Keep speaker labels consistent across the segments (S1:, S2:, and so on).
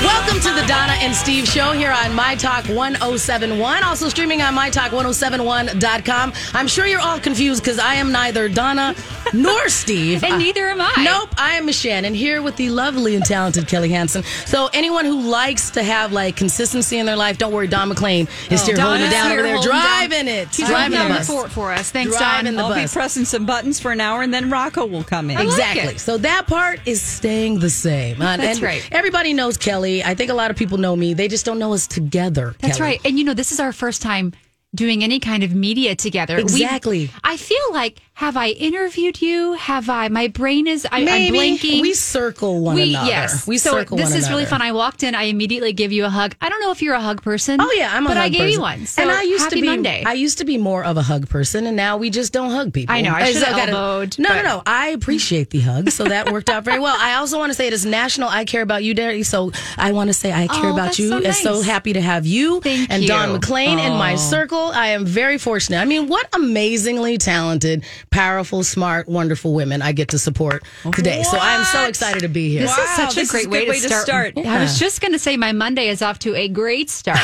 S1: Welcome to the Donna and Steve show here on My Talk 1071, also streaming on MyTalk1071.com. I'm sure you're all confused because I am neither Donna nor Steve.
S2: And neither am I.
S1: Nope, I am Miss Shannon here with the lovely and talented Kelly Hansen. So anyone who likes to have like consistency in their life, don't worry, Don McLean is
S2: Oh.
S1: here holding it down over there,
S2: holding down-
S1: driving it,
S2: He's
S1: driving the
S2: holding down
S1: bus.
S2: fort for us. Thanks,
S1: Driving
S2: Don.
S1: the
S3: I'll
S1: bus.
S3: be pressing some buttons for an hour, and then Rocco will come in.
S2: Exactly.
S1: Exactly.
S2: it.
S1: So that part is staying the same. Uh,
S2: That's
S1: and
S2: right.
S1: Everybody knows Kelly. I think a lot of people know me. They just don't know us together.
S2: That's
S1: Kelly.
S2: right. And you know, this is our first time doing any kind of media together. We-
S1: Exactly.
S2: I feel like have I interviewed you? Have I? My brain is I, I'm blanking.
S1: We circle one
S2: We-
S1: another.
S2: yes.
S1: We
S2: so
S1: circle
S2: this
S1: one
S2: is really
S1: another.
S2: fun. I walked in. I immediately give you a hug. I don't know if you're a hug person.
S1: Oh yeah, I'm a
S2: but
S1: hug
S2: I gave
S1: person.
S2: you one. So
S1: and I used
S2: happy
S1: to be
S2: Monday.
S1: I used to be more of a hug person and now we just don't hug people.
S2: I know, I
S1: And
S2: should've
S1: gotta-
S2: elbowed,
S1: No, no,
S2: but-
S1: no. I appreciate the hug, so that worked out very well. I also want to say it is National I Care About You Day, so I want to say I care
S2: Oh,
S1: about
S2: that's
S1: you.
S2: so
S1: and so
S2: nice.
S1: happy to have you
S2: Thank
S1: and Don
S2: you.
S1: McLean in my circle. I am very fortunate. I mean, what amazingly talented, powerful, smart, wonderful women I get to support today. So I am so
S3: What?
S1: excited to be here.
S2: This is
S3: Wow,
S2: such
S3: this
S2: a great
S3: is a
S2: way,
S3: good way
S2: to
S3: to
S2: start.
S3: start.
S2: I was just going to say my Monday is off to a great start.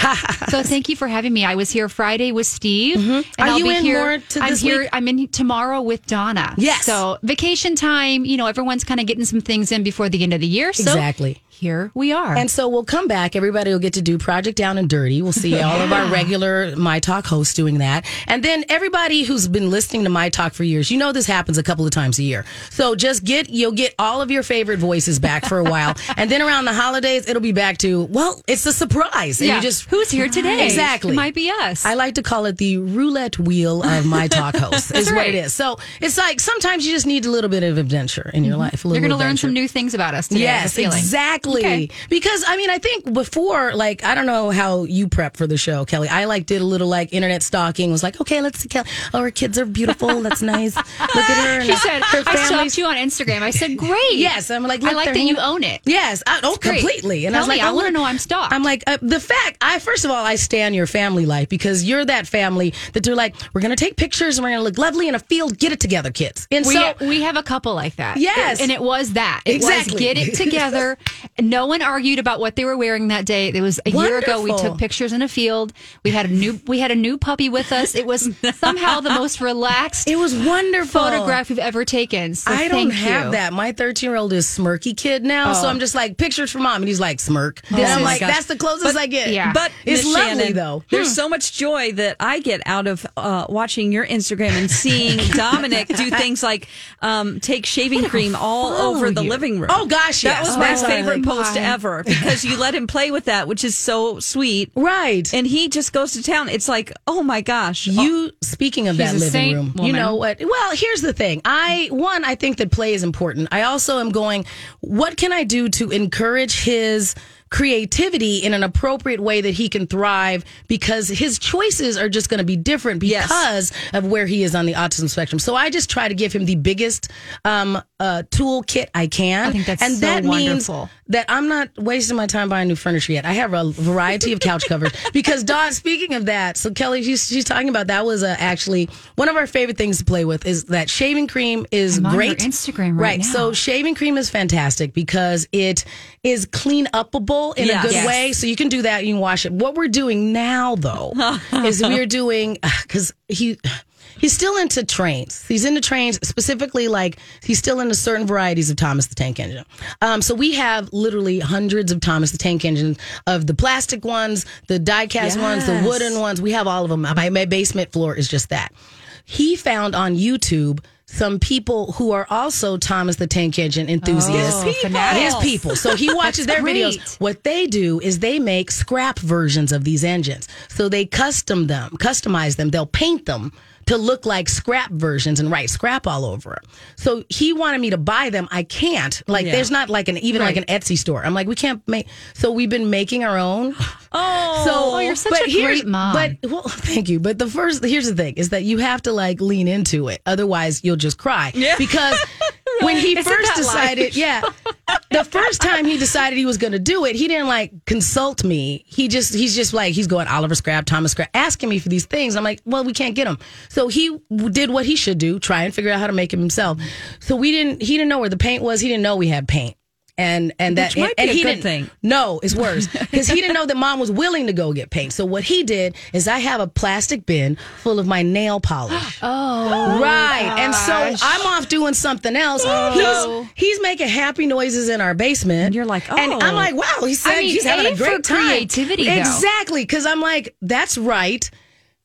S2: so thank you for having me. I was here Friday with Steve. And
S1: Mm-hmm. Are
S2: I'll
S1: you
S2: be
S1: in
S2: here.
S1: more to
S2: I'm
S1: this
S2: here.
S1: week?
S2: I'm in tomorrow with Donna.
S1: Yes.
S2: So vacation time. You know, everyone's kind of getting some things in before the end of the year. So
S1: Exactly.
S2: Here we are.
S1: And so we'll come back. Everybody will get to do Project Down and Dirty. We'll see all of our regular My Talk hosts doing that. And then everybody who's been listening to My Talk for years, you know this happens a couple of times a year. So just get, you'll get all of your favorite voices back for a while. and then around the holidays, it'll be back to, well, it's a surprise. And
S2: yeah.
S1: you just,
S2: who's here today?
S1: Exactly.
S2: It might be us.
S1: I like to call it the roulette wheel of my talk hosts, is what it
S2: right.
S1: is. So it's like sometimes you just need a little bit of adventure in your life. a
S2: Mm-hmm. You're
S1: little
S2: going to learn
S1: adventure.
S2: some new things about us today. I have a
S1: Yes,
S2: feeling.
S1: exactly.
S2: Okay.
S1: Because I mean, I think before, like, I don't know how you prep for the show, Kelly. I like did a little like internet stalking. Was like, okay, let's see, Kelly. Oh, her kids are beautiful. That's nice. Look at her. And
S2: She said,
S1: her
S2: I
S1: family's-
S2: stalked you on Instagram. I said, great.
S1: Yes, I'm like,
S2: I
S1: look,
S2: like
S1: they're
S2: that you
S1: hanging-
S2: own it.
S1: Yes, I, oh,
S2: great.
S1: completely. And I was
S2: Tell me,
S1: like,
S2: I
S1: oh,
S2: wanna
S1: look.
S2: know I'm stalked.
S1: I'm like, uh, the fact I first of all, I stand your family life because you're that family that they're like, we're gonna take pictures and we're gonna look lovely in a field. Get it together, kids. And
S2: We,
S1: so
S2: we have a couple like that.
S1: Yes.
S2: And it was that. It
S1: Exactly.
S2: was get it together. no one argued about what they were wearing that day. It was a year ago we
S1: Wonderful.
S2: took pictures in a field. We had a new we had a new puppy with us. It was somehow the most relaxed
S1: it was wonderful.
S2: photograph we've ever taken. So
S1: I don't
S2: thank
S1: have
S2: you.
S1: that. My 13 year old is smirky kid now.
S3: Oh.
S1: So I'm just like, pictures for mom. And he's like, smirk.
S2: This
S1: and I'm
S2: is-
S1: like,
S2: gosh.
S1: that's the closest I get.
S2: yeah.
S3: But
S1: it's
S3: Miss
S1: lovely,
S3: Shannon,
S1: though. Hmm.
S3: There's so much joy that I get out of uh, watching your Instagram and seeing Dominic do things like um, take shaving cream all
S2: follow
S3: over the
S2: you.
S3: living room.
S1: Oh, gosh,
S3: that
S1: yes.
S3: was my
S1: Oh,
S3: favorite
S2: my.
S3: post ever because you let him play with that, which is so sweet.
S1: Right.
S3: And he just goes to town. It's like, oh my gosh,
S1: you speaking of that
S2: a
S1: living
S2: saint
S1: room, you
S2: woman.
S1: know what? Well, here's the thing. I one, I think that play is important. I also am going, what can I do to encourage his creativity in an appropriate way that he can thrive because his choices are just going to be different
S3: Yes.
S1: because of where he is on the autism spectrum. So I just try to give him the biggest um uh toolkit I can.
S2: I think that's
S1: and
S2: so
S1: that means
S2: wonderful.
S1: that I'm not wasting my time buying new furniture yet. I have a variety of couch covers because Dawn. Speaking of that, so Kelly, she's she's talking about that was uh, actually one of our favorite things to play with is that shaving cream is
S2: I'm on your
S1: great.
S2: Instagram right now.
S1: So shaving cream is fantastic because it is clean upable in a
S3: Yes.
S1: good
S3: Yes.
S1: way. So you can do that. You can wash it. What we're doing now though is we're doing because he. He's still into trains. He's into trains specifically, like he's still into certain varieties of Thomas the Tank Engine. Um, so we have literally hundreds of Thomas the Tank Engines of the plastic ones, the diecast ones, the
S3: Yes.
S1: wooden ones. We have all of them. My, my basement floor is just that. He found on YouTube some people who are also Thomas the Tank Engine enthusiasts.
S2: Oh,
S1: His
S2: fanatics.
S1: people. So he watches their
S2: great.
S1: videos. What they do is they make scrap versions of these engines. So they custom them, customize them. They'll paint them to look like scrap versions and write scrap all over them. So he wanted me to buy them. I can't. Like there's not like an even like
S2: Right.
S1: an Etsy store. I'm like we can't make. So we've been making our own.
S3: oh,
S1: So
S2: Oh, you're such
S1: but
S2: a
S1: here's-
S2: great mom.
S1: But well, thank you. But the first here's the thing is that you have to like lean into it. Otherwise, you'll just cry.
S3: Yeah.
S1: Because when he
S2: Isn't
S1: first
S2: that life?
S1: decided, yeah, the first time he decided he was going to do it, he didn't like consult me. He just he's just like he's going Oliver Scrap, Thomas Scrap, asking me for these things. I'm like, well, we can't get them. So he w- did what he should do, try and figure out how to make them himself. So we didn't. He didn't know where the paint was. He didn't know we had paint. and and that
S3: Which might
S1: and
S3: be a
S1: he
S3: good
S1: didn't-
S3: thing.
S1: No, it's worse because he didn't know that mom was willing to go get paint. So what he did is I have a plastic bin full of my nail polish.
S2: Oh,
S1: Right. And so I'm off doing something else.
S2: Oh.
S1: He's he's making happy noises in our basement. And
S3: you're like,
S1: And I'm
S3: oh.
S1: like, wow, he said
S2: I mean,
S1: he's having
S2: A
S1: a
S2: for
S1: great time.
S2: creativity, though.
S1: Exactly. Because I'm like, that's right,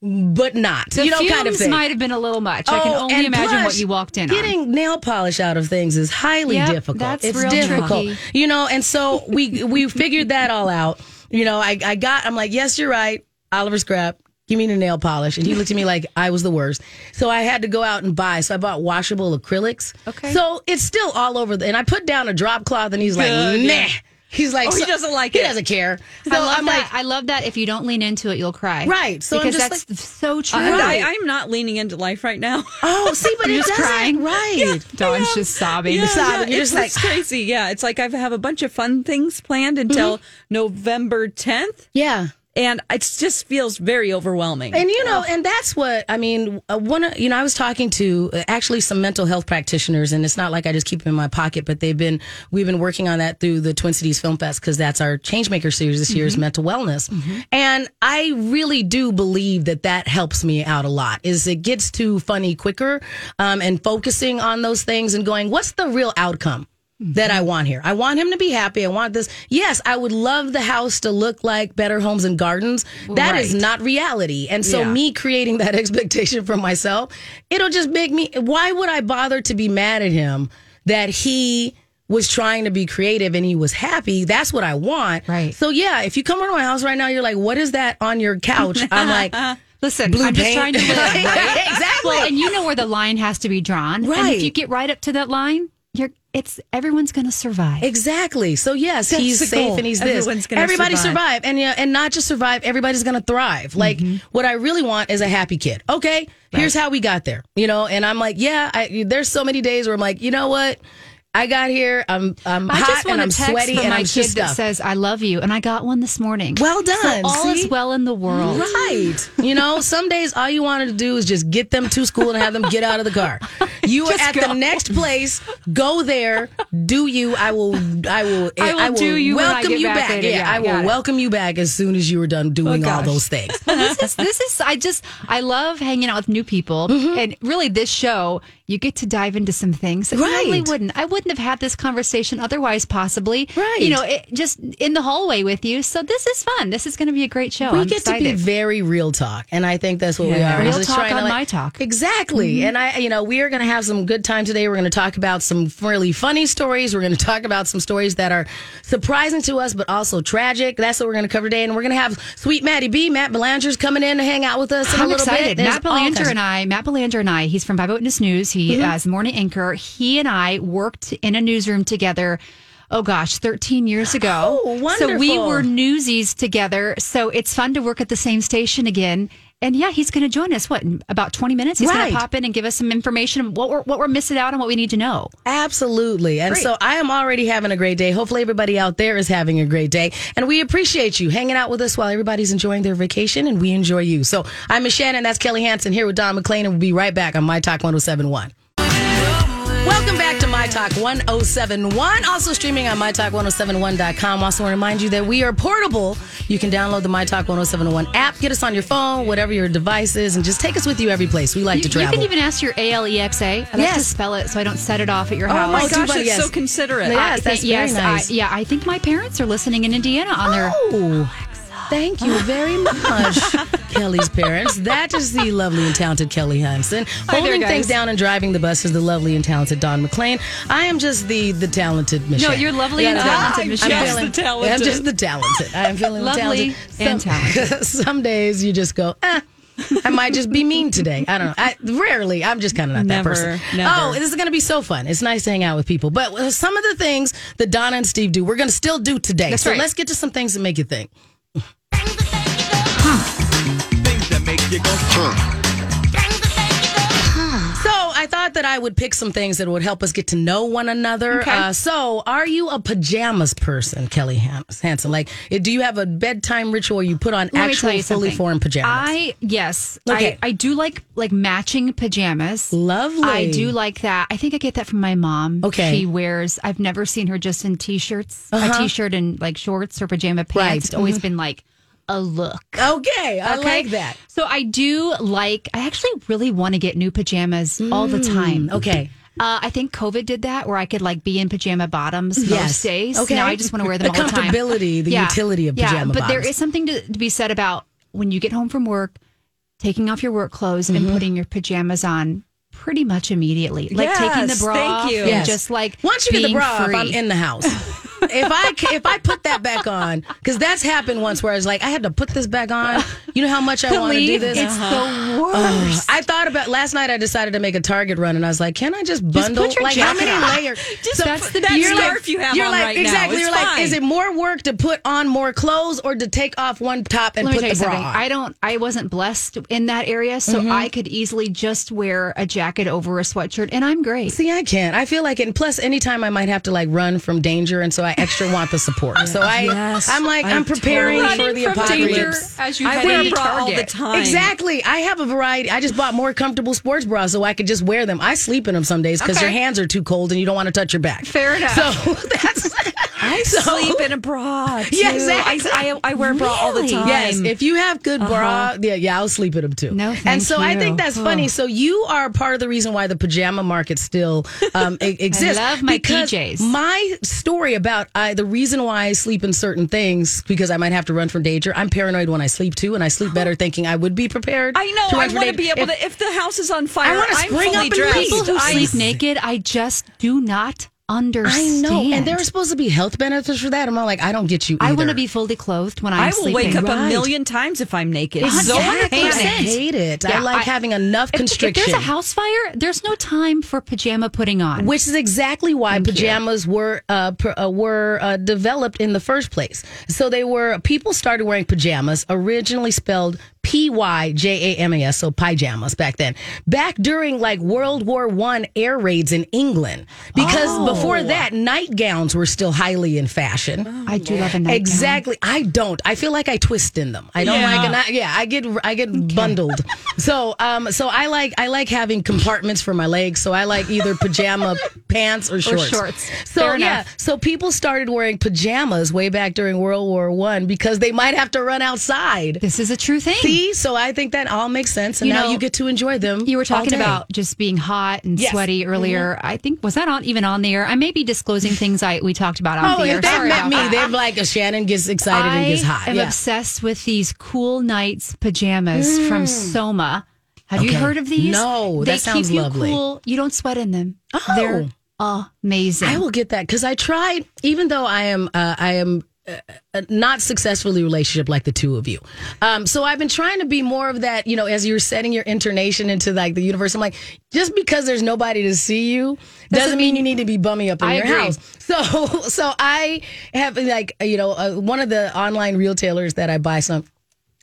S1: but not.
S2: the
S1: you know,
S2: fumes
S1: kind of thing.
S2: might have been a little much. I can
S1: Oh,
S2: only
S1: and
S2: imagine what
S1: plus,
S2: you walked in on.
S1: Getting nail polish out of things is highly
S2: Yep,
S1: difficult.
S2: that's
S1: it's
S2: real
S1: difficult.
S2: tricky.
S1: You know, and so we we figured that all out. You know, I, I got I'm like, yes, you're right. Oliver's crap. Give me the nail polish. And he looked at me like I was the worst. So I had to go out and buy. So I bought washable acrylics.
S2: Okay.
S1: So it's still all over the and I put down a drop cloth and he's like,
S3: Good,
S1: nah.
S3: yeah.
S1: He's like,
S3: Oh, he
S1: so-
S3: doesn't like
S1: he
S3: it.
S1: doesn't care. So
S2: I love
S1: am
S2: that.
S1: like,
S2: I love that. If you don't lean into it, you'll cry.
S1: Right. So I'm
S2: because
S1: just
S2: that's so true.
S3: Oh, I- I, I'm not leaning into life right now.
S1: oh, see, but it
S2: just
S1: doesn't.
S2: crying?
S1: Right.
S2: Dawn's just sobbing.
S1: Yeah. sobbing. You're
S3: it's
S1: just like-
S3: it's crazy. Yeah, it's like I have a bunch of fun things planned
S1: Mm-hmm.
S3: until November 10th,
S1: yeah.
S3: and it just feels very overwhelming.
S1: And you know, and that's what I mean. uh, One, of- you know, I was talking to uh, actually some mental health practitioners, and it's not like I just keep them in my pocket, but they've been we've been working on that through the Twin Cities Film Fest because that's our Changemaker series this year is mental wellness, and I really do believe that that helps me out a lot. Is it gets to funny quicker, um, and focusing on those things and going, what's the real outcome? that I want here. I want him to be happy. I want this. Yes, I would love the house to look like Better Homes and Gardens. That is
S2: Right.
S1: not reality. And so
S3: Yeah.
S1: me creating that expectation for myself, it'll just make me why would I bother to be mad at him that he was trying to be creative and he was happy. That's what I want.
S2: Right.
S1: So yeah, if you come over to my house right now, you're like, what is that on your couch? I'm like,
S2: Listen,
S1: blue
S2: I'm just
S1: paint.
S2: trying to live. right?
S1: exactly.
S2: Well, and you know where the line has to be drawn. And if
S1: Right.
S2: you get right up to that line, you're it's everyone's going to survive.
S1: Exactly. So yes, he's
S3: the
S1: safe
S3: goal.
S1: and he's this.
S3: Everyone's gonna
S1: Everybody
S3: survive.
S1: and yeah, and not just survive. Everybody's gonna
S2: Mm-hmm.
S1: thrive. Like what I really want is a happy kid. Okay, here's how we got there. You know, and I'm like, yeah. I, there's so many days where I'm like, you know what? I got here. I'm I'm
S2: I
S1: hot
S2: just
S1: and
S2: want a
S1: I'm
S2: text
S1: sweaty
S2: from
S1: and
S2: my
S1: I'm
S2: kid
S1: just
S2: that
S1: stuff.
S2: says "I love you," and I got one this morning.
S1: Well done.
S2: So all
S1: See?
S2: is well in the world.
S1: Right. You know, some days all you wanted to do is just get them to school and have them get out of the car. You are
S2: Just
S1: at
S2: go.
S1: the next place. Go there. Do you? I will. I will.
S2: I will do you when I
S1: welcome
S2: get
S1: you
S2: back
S1: back.
S2: later.
S1: Yeah,
S2: Yeah,
S1: I will
S2: got it. Oh,
S1: welcome you back as soon as you are done doing all
S3: gosh.
S1: those things.
S2: this is this is I just I love hanging out with new people
S1: Mm-hmm.
S2: and really this show you get to dive into some things that I normally
S1: Right.
S2: wouldn't I wouldn't have had this conversation otherwise possibly
S1: Right.
S2: you know it, just in the hallway with you so this is fun this is going to be a great show
S1: We
S2: I'm
S1: get
S2: excited.
S1: to be very real talk, and I think that's what we
S3: Yeah.
S1: are. is
S2: Real
S1: just
S2: talk
S1: trying to,
S2: on
S1: like-
S2: my talk. Mm-hmm.
S1: exactly. And I, you know, we are going to have some good time today. We're going to talk about some really funny stories. We're going to talk about some stories that are surprising to us, but also tragic. That's what we're going to cover today. And we're going to have sweet Maddie B, Matt Belanger's coming in to hang out with us in a
S2: I'm
S1: little
S2: excited.
S1: bit. There's
S2: Matt
S1: all kinds
S2: Belanger
S1: of- Mm-hmm.
S2: and I, Matt Belanger and I, he's from Five Witness News. He uh, is a morning anchor. He and I worked in a newsroom together. Oh gosh, 13 years ago.
S1: Oh,
S2: So we
S1: wonderful.
S2: were newsies together. So it's fun to work at the same station again. And yeah, he's going to join us. What in about 20 minutes? He's going
S1: Right.
S2: to pop in and give us some information on what we're what we're missing out on, what we need to know.
S1: Absolutely. And so I am already having a great day. Hopefully, everybody out there is having a great day. And we appreciate you hanging out with us while everybody's enjoying their vacation, and we enjoy you. So I'm Miss Shannon. That's Kelly Hansen here with Don McClain, and we'll be right back on My Talk 1071. Welcome back to My Talk 1071. Also streaming on MyTalk1071.com. Also want to remind you that we are portable. You can download the My Talk 1071 app, get us on your phone, whatever your device is, and just take us with you every place. We like
S2: You,
S1: to
S2: you
S1: travel.
S2: can even ask your ALEXA. I like to
S1: Yes.
S2: spell it so I don't set it off at your
S1: Oh,
S2: house.
S1: my
S3: oh,
S1: God.
S3: gosh,
S1: Dubai,
S3: it's
S1: yes.
S3: so considerate.
S1: Yeah.
S2: I
S1: Yes,
S2: think-
S1: that's very
S2: yes,
S1: nice.
S2: I, yeah, I think my parents are listening in Indiana on their
S1: Oh, thank you very much, Kelly's parents. That is the lovely and talented Kelly Hansen.
S2: there,
S1: Holding
S2: guys.
S1: things down and driving the bus is the lovely and talented Don McLean. I am just the the talented Michelle.
S2: you're lovely and
S1: I'm-
S2: talented,
S1: I'm
S2: Michelle.
S1: feeling-
S3: Just the talented.
S1: I'm just the talented. I am feeling talented.
S2: Lovely and
S1: talented. some days you just go, eh. I might just be mean today. I don't know. I, rarely, I'm just kind of not
S3: Never,
S1: that person.
S3: never.
S1: Oh, this is going to be so fun. It's nice to hang out with people. But uh, some of the things that Donna and Steve do, we're going to still do today. so
S2: right.
S1: let's get to some things that make you think.
S4: things that make you go, huh?
S1: So I thought thought that I would pick some things that would help us get to know one another.
S2: Okay.
S1: Uh, so, are you a pajamas person, Kelly Ham- Hansen? Like, do you have a bedtime ritual you put on
S2: Let me
S1: actual fully
S2: tell you something.
S1: formed pajamas?
S2: I yes,
S1: Okay.
S2: I, I do like like matching pajamas.
S1: Lovely.
S2: I do like that. I think I get that from my mom.
S1: Okay. Uh-huh.
S2: She wears, I've never seen her just in t shirts, a t shirt and like shorts or pajama pants.
S1: Right.
S2: It's always been like a look.
S1: Okay, I
S2: Okay?
S1: like that.
S2: So I do like, I actually really want to get new pajamas all the time.
S1: Mm, Okay.
S2: Uh, I think COVID did that where I could like be in pajama bottoms
S1: Yes.
S2: most days.
S1: Okay.
S2: Now I just want to wear them
S1: The
S2: all the time.
S1: comfortability, the utility of pajama
S2: But there
S1: bottoms.
S2: is something to, to be said about when you get home from work, taking off your work clothes
S1: Mm-hmm.
S2: and putting your pajamas on pretty much immediately. Like taking the
S3: Yes,
S2: bra
S3: thank
S2: off
S3: you.
S2: and
S3: Yes.
S2: just like
S1: Once you get the
S2: being
S1: bra off,
S2: free.
S1: I'm in the house. if I ca- if I put that back on, because that's happened once where I was like, I had to put this back on. You know how much I want to do
S2: Believe
S1: this.
S2: It's the worst.
S1: Ugh. I thought about last night. I decided to make a Target run, and I was like, "Can I just
S2: Just
S1: bundle?
S2: put your
S1: like how
S2: jacket
S1: many
S2: on.
S1: layers?
S2: Just that's the
S3: that
S2: beauty of-
S3: scarf you have
S1: you're
S3: on
S1: like,
S3: right
S1: exactly.
S3: now.
S1: You're
S3: It's
S1: like,
S3: fine.
S1: is it more work to put on more clothes or to take off one top and
S2: Let me
S1: put
S2: tell you
S1: the bra
S2: something.
S1: on? Mm-hmm.
S2: I don't. I wasn't blessed in that area, so I could easily just wear a jacket over a sweatshirt, and I'm great.
S1: See, I can't. I feel like, and plus, anytime I might have to like run from danger, and so I extra want the support. So I,
S3: Yes.
S1: I'm like, I'm
S3: I'm
S1: preparing
S3: totally-
S1: for
S2: Running
S1: the
S2: from danger
S1: apocalypse.
S2: as you
S3: I
S2: head
S3: wear a
S2: into
S3: bra all the
S2: Target.
S3: time.
S1: Exactly. I have a variety. I just bought more comfortable sports bras so I could just wear them. I sleep in them some days because
S2: Okay.
S1: your hands are too cold and you don't want to touch your back.
S2: Fair enough.
S1: So that's.
S3: I
S1: so-
S3: sleep in a bra. Too.
S1: Yeah, exactly.
S3: I, I, I wear a bra all the
S2: Really?
S3: time.
S1: Yes, if you have good bra, yeah, yeah, I'll sleep in them too.
S2: Uh-huh. No,
S1: and
S2: thank
S1: so I
S2: you. Oh.
S1: think that's funny. So you are part of the reason why the pajama market still um, e- exists.
S2: love my
S1: Because
S2: PJs.
S1: My story about I, the reason why I sleep in certain things because I might have to run from danger. I'm paranoid when I sleep too, and I sleep better thinking I would be prepared.
S3: I know.
S1: to run
S3: I
S1: for
S3: want to
S1: danger.
S3: be able
S1: If-
S3: to. If the house is on fire,
S1: I wanna
S3: I'm
S1: spring up
S3: fully
S1: and
S3: dressed.
S1: leave.
S2: People who
S3: I-
S2: sleep naked, I just do not
S1: I
S2: understand.
S1: know, and there are supposed to be health benefits for that. I'm all like, I don't get you. Either.
S2: I want to be fully clothed when I'm
S3: I will
S2: sleeping.
S3: wake up
S1: Right.
S3: a million times if I'm naked. So
S1: I
S2: Yeah,
S1: hate it. I
S2: 100%.
S1: hate it. I
S2: Yeah,
S1: like
S2: I-
S1: having enough
S2: If-
S1: constriction.
S2: If, there's a house fire, there's no time for pajama putting on.
S1: which is exactly why pajamas were uh, pr- uh, were uh, developed in the first place. So they were people started wearing pajamas originally spelled P Y J A M A S, so pajamas back then. Back during like World War One air raids in England, because before that nightgowns were still highly in fashion.
S2: I do love a nightgown.
S1: Exactly. I don't. I feel like I twist in them. I don't
S3: Yeah.
S1: like. And I, yeah, I get I get bundled. so um, so I like I like having compartments for my legs. So I like either pajama pants or shorts.
S2: shorts.
S1: So
S2: Fair
S1: yeah.
S2: enough.
S1: So people started wearing pajamas way back during World War One because they might have to run outside.
S2: This is a true thing.
S1: See, so I think that all makes sense, and
S2: You
S1: now
S2: know,
S1: you get to enjoy them.
S2: You were
S1: all
S2: talking
S1: day.
S2: about just being hot and
S1: Yes. Mm-hmm.
S2: sweaty earlier. I think was that on even on the air? I may be disclosing things I we talked about on
S1: Oh,
S2: the air.
S1: if they've
S2: Sorry
S1: met
S2: about
S1: me,
S2: that.
S1: they're like, Shannon gets excited and gets hot.
S2: I am
S1: Yeah.
S2: obsessed with these cool nights pajamas from Soma. Have you
S1: Mm. Okay.
S2: heard of these?
S1: No, that
S2: they
S1: sounds
S2: keep you
S1: lovely.
S2: cool. You don't sweat in them.
S1: Oh.
S2: They're amazing.
S1: I will get that because I tried, even though I am, uh, I am uh, uh, not successfully relationship like the two of you. Um, so I've been trying to be more of that, you know, as you're setting your intonation into like the universe. I'm like, just because there's nobody to see you doesn't, mean, you need to be bummy up in
S2: I
S1: your
S2: agree.
S1: house. So, so I have like, you know, uh, one of the online retailers that I buy some.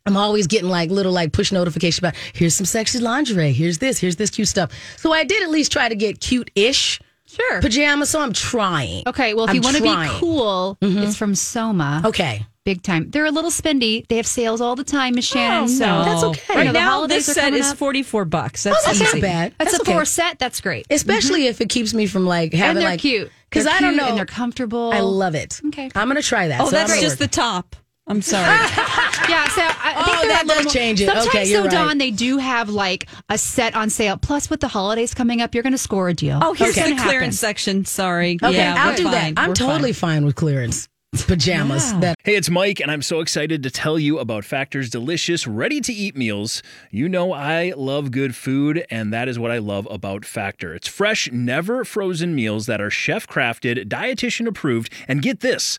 S1: I'm always getting like little like push notification about here's some sexy lingerie, here's this, here's this cute stuff. So I did at least try to get cute ish
S2: sure.
S1: pajamas, so I'm trying.
S2: okay, well, if
S1: I'm
S2: you want to
S1: trying. Mm-hmm.
S2: be cool, it's from Soma.
S1: Okay.
S2: Big time. They're a little spendy. They have sales all the time, Miss Shannon. so
S1: that's okay.
S2: I know
S1: Right
S2: the
S3: Oh, now
S2: holidays
S3: this
S2: are
S3: set
S2: coming
S3: is
S2: up.
S3: forty four bucks. That's,
S1: that's not
S3: easy.
S1: bad.
S2: That's,
S1: That's
S2: a four
S1: okay.
S2: set. That's great.
S1: Especially if it keeps me from like having
S2: Mm-hmm. and they're
S1: like
S2: cute.
S1: Because
S2: They're
S1: I don't
S2: cute
S1: know.
S2: And they're comfortable.
S1: I love it.
S2: Okay.
S1: I'm gonna try that.
S3: Oh,
S1: so
S3: that's
S1: I'm gonna
S3: just the
S1: work.
S3: top. I'm sorry.
S2: Yeah, so I, I
S1: Oh,
S2: think they're
S1: that
S2: a little
S1: does
S2: more-
S1: change it.
S2: Sometimes,
S1: Okay, you're
S2: though,
S1: right.
S2: Dawn, they do have like a set on sale. Plus, with the holidays coming up, you're going to score a deal.
S3: oh, here's
S2: It's gonna
S3: the clearance
S2: happen.
S3: section. Sorry.
S1: Okay,
S3: yeah,
S1: I'll
S3: we're
S1: do
S3: fine.
S1: that. I'm
S3: We're
S1: totally fine. with clearance pajamas. That
S4: Hey, it's Mike, and I'm so excited to tell you about Factor's delicious, ready to eat meals. You know, I love good food, and that is what I love about Factor. It's fresh, never frozen meals that are chef crafted, dietitian approved, and get this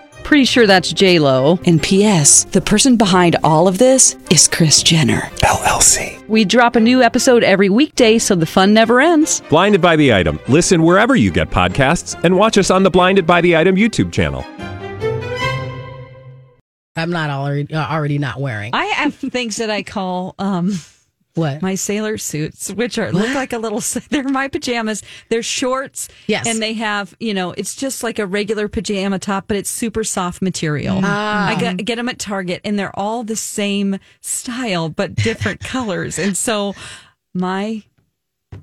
S3: Pretty sure that's J Lo.
S5: And P.S. The person behind all of this is Chris Jenner
S6: LLC.
S3: We drop a new episode every weekday, so the fun never ends.
S6: Blinded by the item. Listen wherever you get podcasts, and watch us on the Blinded by the Item YouTube channel.
S1: I'm not already uh, already not wearing
S3: I have things that I call um,
S1: what
S3: my sailor suits, which are look like a little. They're my pajamas. They're shorts.
S1: Yes.
S3: and they have you know it's just like a regular pajama top, but it's super soft material. I get, get them at Target, and they're all the same style but different colors. And so my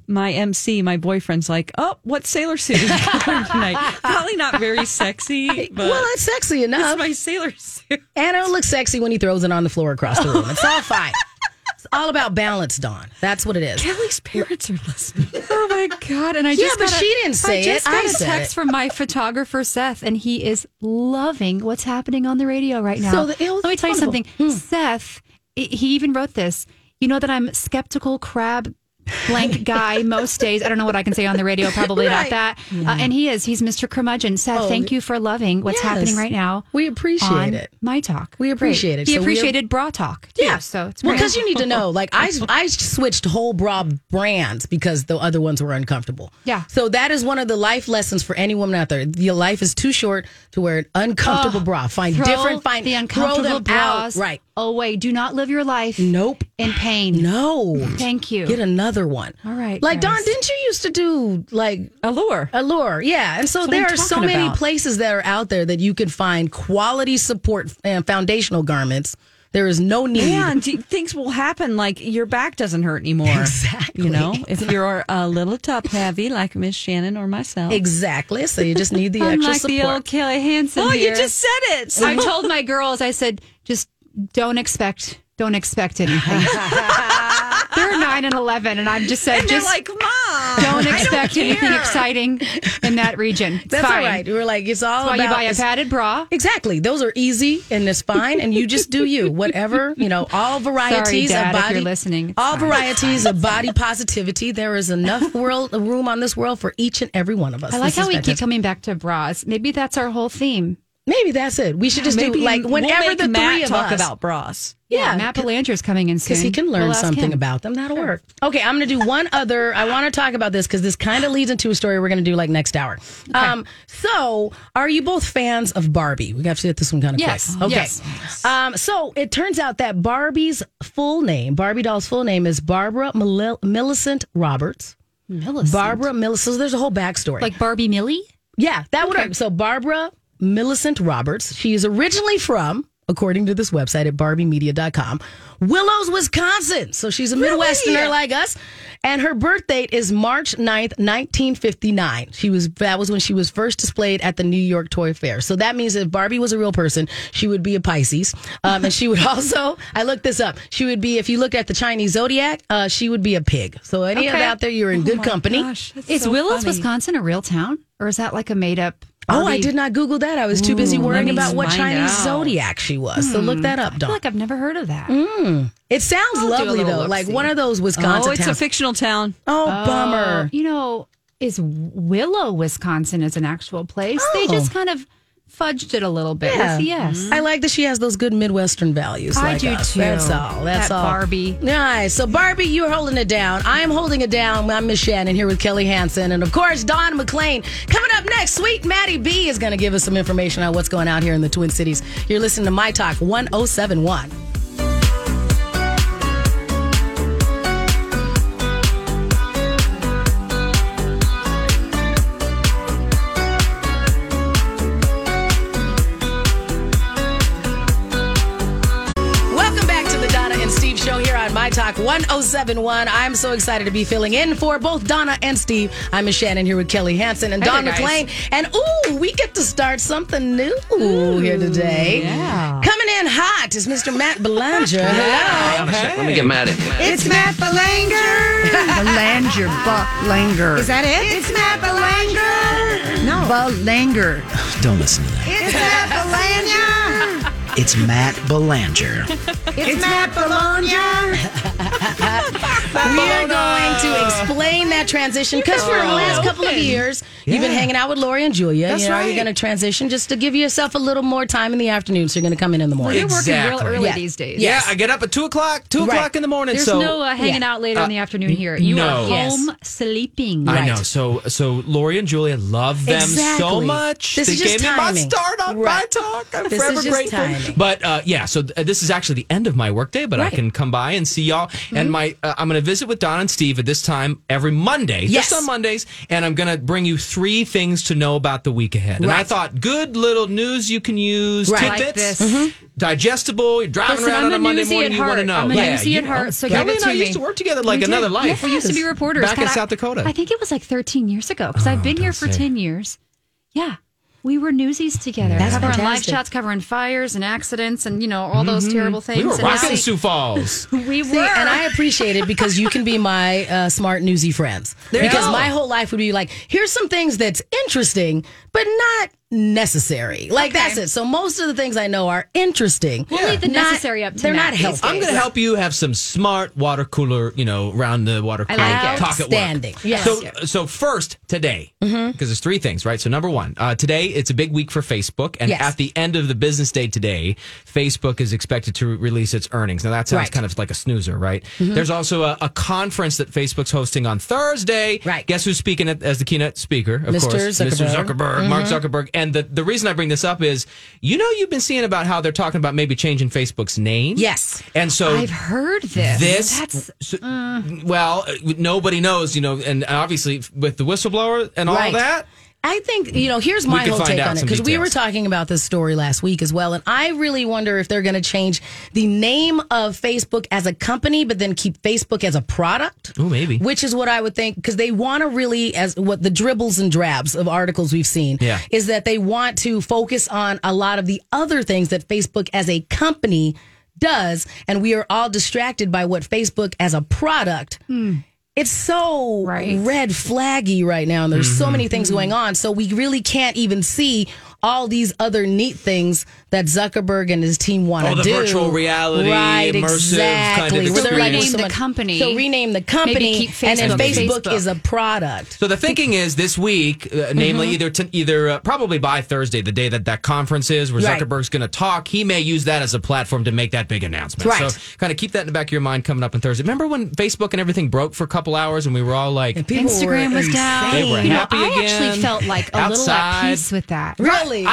S3: my MC, my boyfriend's like, "Oh, what sailor suit is colored tonight? Probably not very sexy, but
S1: well, that's sexy enough.
S3: it's my sailor suit."
S1: And it'll look sexy when he throws it on the floor across the room. It's all fine. It's all about balance, Dawn. That's what it is.
S3: Kelly's parents are listening.
S2: Oh my god! And I
S1: Yeah,
S2: just
S1: but
S2: got a-
S1: she didn't say
S2: I just
S1: it.
S2: got
S1: I
S2: a
S1: said
S2: text
S1: it.
S2: from my photographer Seth, and he is loving what's happening on the radio right now.
S1: So the- it was
S2: Let me tell you
S1: wonderful. Hmm.
S2: something, Seth. i- He even wrote this. You know that I'm skeptical crab blank guy most days. I don't know what I can say on the radio. Probably
S1: Right. Oh,
S2: not that. Uh, and he is. He's Mr. Curmudgeon. Seth, thank you for loving what's
S1: yes.
S2: happening right now.
S1: We appreciate
S2: on
S1: it.
S2: My talk.
S1: We
S2: Great.
S1: appreciate it.
S2: He
S1: So we-
S2: appreciated bra talk. Too, yeah. So it's
S1: well,
S2: great.
S1: because you need to know. Like I, I switched whole bra brands because the other ones were uncomfortable.
S2: Yeah.
S1: So that is one of the life lessons for any woman out there. Your life is too short to wear an uncomfortable bra. Find
S2: Throw
S1: different. Find
S2: the uncomfortable
S1: throw them
S2: bras
S1: out. Right.
S2: away. Do not live your life
S1: Nope.
S2: in pain.
S1: No.
S2: Thank you.
S1: Get another one.
S2: All right,
S1: Like
S2: guys.
S1: Don, didn't you used to do like
S3: Allure.
S1: Allure, yeah. And so
S2: what I'm
S1: there are so
S2: talking
S1: many
S2: about.
S1: places that are out there that you can find quality support and foundational garments. There is no need.
S3: And do- things will happen like your back doesn't hurt anymore.
S1: Exactly.
S3: You know, if you're a little top heavy like Miss Shannon or myself.
S1: Exactly. So you just need the extra
S2: Unlike the
S1: support.
S2: old Kelly Hansen.
S3: Oh, you
S2: here.
S3: just said it.
S2: I told my girls. I said, just don't expect, don't expect anything. They're nine and eleven, and I'm just said,
S3: and they're
S2: just
S3: like, Mom.
S2: don't expect anything exciting in that region. It's
S1: That's
S2: fine.
S1: all right. We were like, it's all
S2: That's why
S1: about
S2: you buy a
S1: it's-
S2: padded bra.
S1: Exactly. Those are easy and it's fine. And you just do you. Whatever, you know, all varieties
S2: Dad,
S1: of
S2: if
S1: body.
S2: you're listening, it's
S1: all
S2: fine.
S1: varieties of body positivity. There is enough world room on this world for each and every one of us.
S2: I like
S1: This is
S2: how we keep
S1: fantastic.
S2: coming back to bras. Maybe that's our whole theme.
S1: Maybe that's it. We should just do like
S3: we'll
S1: whenever
S3: make
S1: the three
S3: Matt
S1: of
S3: talk
S1: us
S3: about bras.
S1: Yeah,
S2: Matt Belanger's coming in soon.
S1: because he can learn
S2: We'll ask
S1: something
S2: him.
S1: about them. That'll work. Okay, I'm going to do one other. I want to talk about this because this kind of leads into a story we're going to do like next hour. Um, so, are you both fans of Barbie? We have to get this one kind of
S2: Yes,
S1: quick. Okay.
S2: yes.
S1: Um, so it turns out that Barbie's full name, Barbie doll's full name, is Barbara Mil- Millicent Roberts.
S2: Millicent.
S1: Barbara Millicent. So there's a whole backstory.
S2: like Barbie Millie.
S1: Yeah, that would work. So Barbara Millicent Roberts, she is originally from, according to this website at barbiemedia.com, Willows, Wisconsin. So she's a Midwesterner like us. And her birth date is March 9th, 1959. She was that was when she was first displayed at the New York Toy Fair. So that means if Barbie was a real person, she would be a Pisces. Um, and she would also, I looked this up, she would be, if you look at the Chinese zodiac, uh, she would be a pig. So any of
S2: Okay.
S1: out there,
S3: Oh
S1: you're in good company.
S2: Is Willows, Wisconsin, a real town, or is that like a made up?
S1: Oh, I did not Google that. I was too busy
S3: Ooh, let
S1: worrying
S3: me
S1: about what
S3: find
S1: Chinese
S3: out.
S1: zodiac she was. So look that up,
S2: I feel
S1: Dawn.
S2: like I've never heard of that.
S7: Mm-hmm.
S1: it sounds
S2: Hmm. I'll do a
S1: lovely
S2: little
S1: though,
S2: look-see.
S1: like one of those Wisconsin
S3: Oh, it's a
S1: towns.
S3: fictional town.
S1: oh,
S2: Oh,
S1: bummer.
S2: You know, is Willow, Wisconsin, is an actual place? They
S1: Oh.
S2: just kind of fudged it a little bit.
S1: Yeah.
S2: with Yes.
S7: Mm-hmm.
S1: I like that she has those good Midwestern values.
S2: I
S1: like
S2: do
S1: us.
S2: too.
S1: That's all. That's
S2: That
S1: all.
S2: Barbie.
S1: Nice. So Barbie, you're holding it down. I'm holding it down. I'm Miss Shannon here with Kelly Hansen, and of course Don McLean. Coming up next, sweet Maddie B is going to give us some oh information on what's going out here in the Twin Cities. You're listening to My Talk 1071. My Talk 1071. I'm so excited to be filling in for both Donna and Steve. I'm Miss Shannon here with Kelly Hansen and
S2: Hey
S1: Don
S2: there, guys.
S1: McClain. And ooh, we get to start something new here today.
S2: yeah.
S1: Coming in hot is Mr. Matt Belanger. Hello.
S7: Let me get mad at you.
S8: It's Matt Belanger.
S9: Belanger, Belanger.
S8: Is that it? It's Matt Belanger. No.
S9: Belanger.
S10: Don't listen to that.
S8: It's Matt Belanger.
S10: It's Matt Belanger.
S8: It's Matt Belanger.
S1: We are going to explain that transition because for the last couple of years, you've been hanging out with Lori and Julia. you know, You're going to transition just to give yourself a little more time in the afternoon. So you're going to come in in the morning.
S2: You're working real
S7: Exactly.
S2: early
S1: Yeah.
S2: these days.
S7: Yeah, I get up at two o'clock, two o'clock in the morning.
S2: There's
S7: so
S2: no uh, hanging out later in the afternoon here. You
S7: no.
S2: are
S7: Yes.
S2: home sleeping.
S7: I know. So so Lori and Julia love them so
S1: Exactly.
S7: much.
S1: This
S7: they
S1: is just
S7: gave me my
S1: timing.
S7: start on my
S1: Right.
S7: talk. I'm
S1: This is
S7: forever
S1: just
S7: grateful.
S1: timing.
S7: But uh, yeah, so th- this is actually the end of my workday, but I
S1: Right.
S7: can come by and see y'all.
S2: Mm-hmm.
S7: And my uh, I'm going to visit with Don and Steve at this time every Monday,
S1: Yes.
S7: just on Mondays, and I'm going to bring you three things to know about the week ahead. And I
S1: Right.
S7: thought good little news you can use,
S1: Right.
S2: Like
S7: tidbits,
S2: this. Mhm.
S7: digestible. You're driving
S2: Listen,
S7: around
S2: I'm
S7: on
S2: a
S7: a Monday
S2: newsie at
S7: morning, you want to
S2: heart.
S7: know.
S2: I'm a newsie at
S7: you
S2: heart,
S7: know.
S2: so
S7: Kelly
S2: give it
S7: and
S2: to
S7: I
S2: me.
S7: used to work together like
S2: We did.
S7: another life.
S2: Yeah, we used to be reporters
S7: back in
S2: God, I-
S7: South Dakota. Oh,
S2: I think it was like 13 years ago because I've been here for 10 years. Yeah. We were newsies together,
S1: That's
S2: covering live
S1: fantastic.
S2: shots, covering fires and accidents, and you know all those terrible things.
S7: Mm-hmm. We were
S2: And now
S7: rocking
S2: we-
S7: Sioux Falls.
S2: We were,
S1: See, and I appreciate it because you can be my uh, smart newsy friends.
S7: you
S1: because
S7: go.
S1: my whole life would be like, here's some things that's interesting, but not necessary. Like that's it. So most of the things I know are interesting.
S2: We'll leave the
S1: Not-
S2: necessary up to
S1: They're not
S2: Matt these
S1: helpful.
S7: I'm going to help you have some smart water cooler, you know, round the water
S2: I
S7: cooler
S2: like it.
S7: talk at
S1: Outstanding.
S7: work.
S1: Yes. Mm-hmm.
S7: So, so first today, because there's three things, right? So number one, uh, today it's a big week for Facebook, and
S1: Yes.
S7: at the end of the business day today, Facebook is expected to re- release its earnings. Now that sounds
S1: Right. Mm-hmm.
S7: kind of like a snoozer, right? There's also a, a conference that Facebook's hosting on Thursday.
S1: Right.
S7: Guess who's speaking at, as the keynote speaker? Of
S1: Mr.
S7: course, Mr.
S1: Zuckerberg. Mm-hmm.
S7: Zuckerberg, Mark Zuckerberg. And the the reason I bring this up is, you know, you've been seeing about how they're talking about maybe changing Facebook's name.
S1: Yes.
S7: And so
S2: I've heard this.
S7: this
S2: That's
S7: so- well uh, nobody knows you know and obviously f- with the whistleblower and all
S1: Right.
S7: that
S1: I think, you know, here's my
S7: can
S1: whole
S7: find
S1: take
S7: out
S1: on it
S7: some
S1: because we were
S7: details.
S1: talking about this story last week as well. And I really wonder if they're going to change the name of Facebook as a company, but then keep Facebook as a product.
S7: Ooh, maybe.
S1: Which is what I would think because they want to really, as what the dribbles and drabs of articles we've seen,
S7: Yeah.
S1: is that they want to focus on a lot of the other things that Facebook as a company does. And we are all distracted by what Facebook as a product it's so
S2: Right. Mm-hmm.
S1: red flaggy right now and there's so many things going on so we really can't even see all these other neat things that Zuckerberg and his team want to
S7: Oh, the
S1: do.
S7: virtual reality,
S1: right?
S7: immersive kind
S1: Exactly.
S7: of
S1: Where they're
S7: experience.
S1: well,
S2: Rename the
S1: someone-
S2: company.
S1: So rename the company,
S2: keep
S1: and then
S2: Facebook
S1: Facebook,
S2: Facebook.
S1: is a product.
S7: so the thinking is this week uh,
S2: Mm-hmm.
S7: namely either t- either uh, probably by thursday the day that that conference is where
S1: Right.
S7: zuckerberg's going to talk he may use that as a platform to make that big announcement
S1: Right.
S7: so kind of keep that in the back of your mind coming up on thursday remember when facebook and everything broke for a couple hours and we were all like
S1: People
S2: Instagram
S1: were
S2: was down.
S1: insane.
S7: They were
S2: you know,
S7: happy
S2: I
S7: again.
S2: actually felt like a little at
S7: Outside.
S2: peace with that.
S1: Really?
S7: I,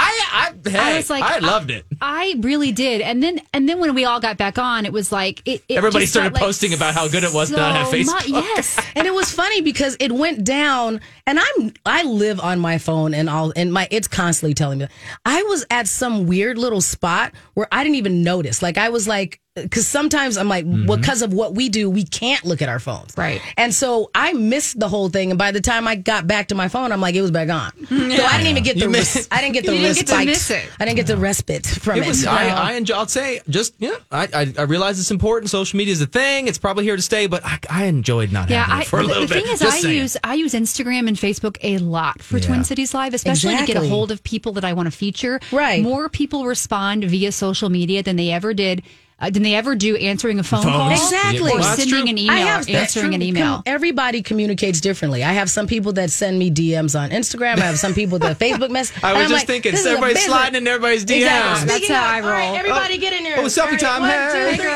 S7: I, hey,
S2: I was like, uh,
S7: I loved it.
S2: I really did, and then and then when we all got back on, it was like it. it
S7: Everybody
S2: just
S7: started
S2: felt like
S7: posting about how good it was to
S2: so
S7: not have
S2: mu-
S7: Facebook.
S2: yes,
S1: and it was funny because it went down and i'm i live on my phone and all and my it's constantly telling me i was at some weird little spot where i didn't even notice like i was like because sometimes i'm like
S7: Mm-hmm.
S1: well because of what we do we can't look at our phones
S2: Right.
S1: and so i missed the whole thing and by the time i got back to my phone i'm like it was back on so i didn't even get the
S7: You miss-
S1: res- i didn't get the
S2: You didn't get
S1: respite
S2: to miss it.
S1: i didn't get the respite from it,
S7: It was.
S1: you know?
S7: I, I enjoy. I'll say just yeah. I, I I realize it's important. Social media is a thing. It's probably here to stay. But I, I enjoyed not
S2: yeah.
S7: having
S2: I,
S7: it for a
S2: the,
S7: little
S2: the
S7: bit.
S2: thing is,
S7: Just
S2: I
S7: saying.
S2: use I use Instagram and Facebook a lot for Twin Cities Live, especially to get
S1: Exactly.
S2: a hold of people that I want to feature.
S1: Right.
S2: more people respond via social media than they ever did. Uh, than they ever do answering a phone
S7: Phones.
S2: call
S1: Exactly.
S2: or
S1: Well,
S7: that's
S2: sending
S7: true.
S2: an email
S1: have-
S2: or
S1: that's
S2: answering
S1: true.
S2: an
S1: Com-
S2: email.
S1: Everybody communicates differently. I have some people that send me DMs on Instagram. I have some people that Facebook mess.
S7: I
S1: and
S7: was
S1: I'm
S7: just
S1: like,
S7: thinking,
S1: this is a
S7: everybody's
S1: business.
S7: sliding in everybody's DMs.
S1: Exactly.
S2: That's
S1: Speaking
S2: how
S1: of-
S2: I
S1: all right,
S2: roll.
S1: everybody get in here.
S7: Oh, selfie
S1: All right,
S7: time.
S1: one,
S7: Hey.
S1: two, three.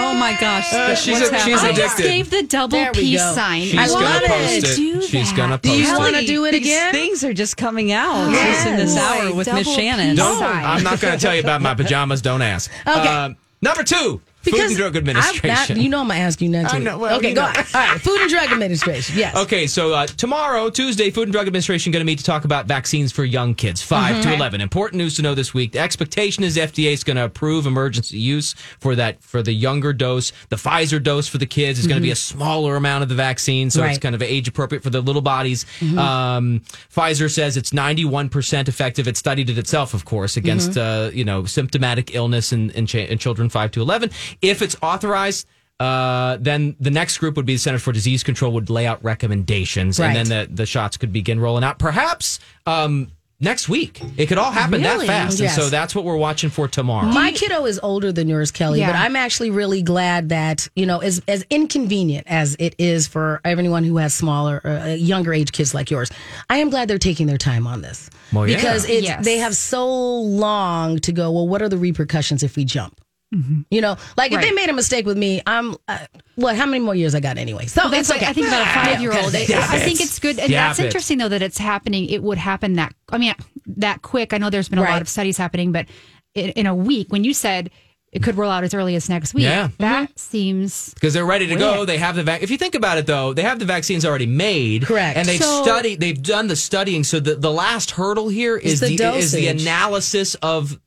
S3: Oh my gosh.
S7: Uh, she's
S3: What's
S7: a- she's
S3: happening?
S2: I just
S7: addicted.
S2: gave the double
S1: There we
S2: peace
S1: go.
S2: sign.
S7: She's
S2: I
S1: gonna
S2: wanted to
S1: post
S7: it.
S2: do
S7: She's
S2: that.
S7: gonna
S1: Do
S7: Do post
S1: you
S7: it.
S1: want to do it
S3: Oh, These
S1: again?
S3: things are just coming out
S1: Yes.
S3: just in this
S1: Boy,
S3: hour with Miss
S2: double
S3: Shannon.
S2: peace.
S7: Don't.
S2: Sorry.
S7: I'm not going to tell you about my pajamas. Don't ask. Uh,
S1: Okay.
S7: number two. Food and Drug Administration.
S1: I, that, you know I'm gonna ask you not to.
S7: I know, well,
S1: okay,
S7: you
S1: go
S7: know.
S1: on. All right, Food and Drug Administration. Yes.
S7: Okay, so uh, tomorrow, Tuesday, Food and Drug Administration going to meet to talk about vaccines for young kids, 5 to
S1: Mhm.
S7: 11. Important news to know this week. The expectation is FDA is going to approve emergency use for that for the younger dose. The Pfizer dose for the kids is going to be
S1: Mm-hmm.
S11: Mhm.
S7: a smaller amount of the vaccine, so it's
S11: Right.
S7: kind of age appropriate for the little bodies.
S1: Mm-hmm.
S11: Mhm.
S7: Um, Pfizer says it's 91% effective. It studied it itself, of course, against
S1: Mm-hmm.
S11: Mhm.
S7: uh, uh, you know, symptomatic illness in, in, cha- in children 5 to 11. If it's authorized, uh, then the next group would be the Center for Disease Control would lay out recommendations,
S11: Right.
S7: and then the, the shots could begin rolling out. Perhaps um, next week. It could all happen
S1: Really?
S7: that fast.
S1: Yes.
S7: And so that's what we're watching for tomorrow.
S1: My kiddo is older than yours, Kelly,
S7: Yeah.
S1: but I'm actually really glad that, you know, as, as inconvenient as it is for everyone who has smaller, uh, younger age kids like yours, I am glad they're taking their time on this.
S7: Well, yeah.
S1: Because it's,
S7: Yes.
S1: they have so long to go, well, what are the repercussions if we jump?
S2: Mm-hmm.
S1: You know, like if they made a mistake with me, I'm, uh, what, how many more years I got anyway? So
S2: Well, Oh, that's
S1: it's okay.
S2: like- I think about a
S1: Yeah,
S2: five year old.
S1: okay.
S2: I think it's good. And
S1: Stop
S2: that's
S1: it.
S2: interesting, though, that it's happening. It would happen that, I mean, that quick. I know there's been a lot of studies happening, but in, in a week, when you said it could roll out as early as next week,
S7: Yeah.
S2: that
S1: Mm-hmm.
S2: seems.
S7: because they're ready to go.
S2: Weird.
S7: They have the vac. If you think about it, though, they have the vaccines already made, correct? And they've
S2: So-
S7: studied. They've done the studying. So the, the last hurdle here
S2: It's
S7: is
S2: the
S7: the, is the
S2: dosage.
S7: analysis of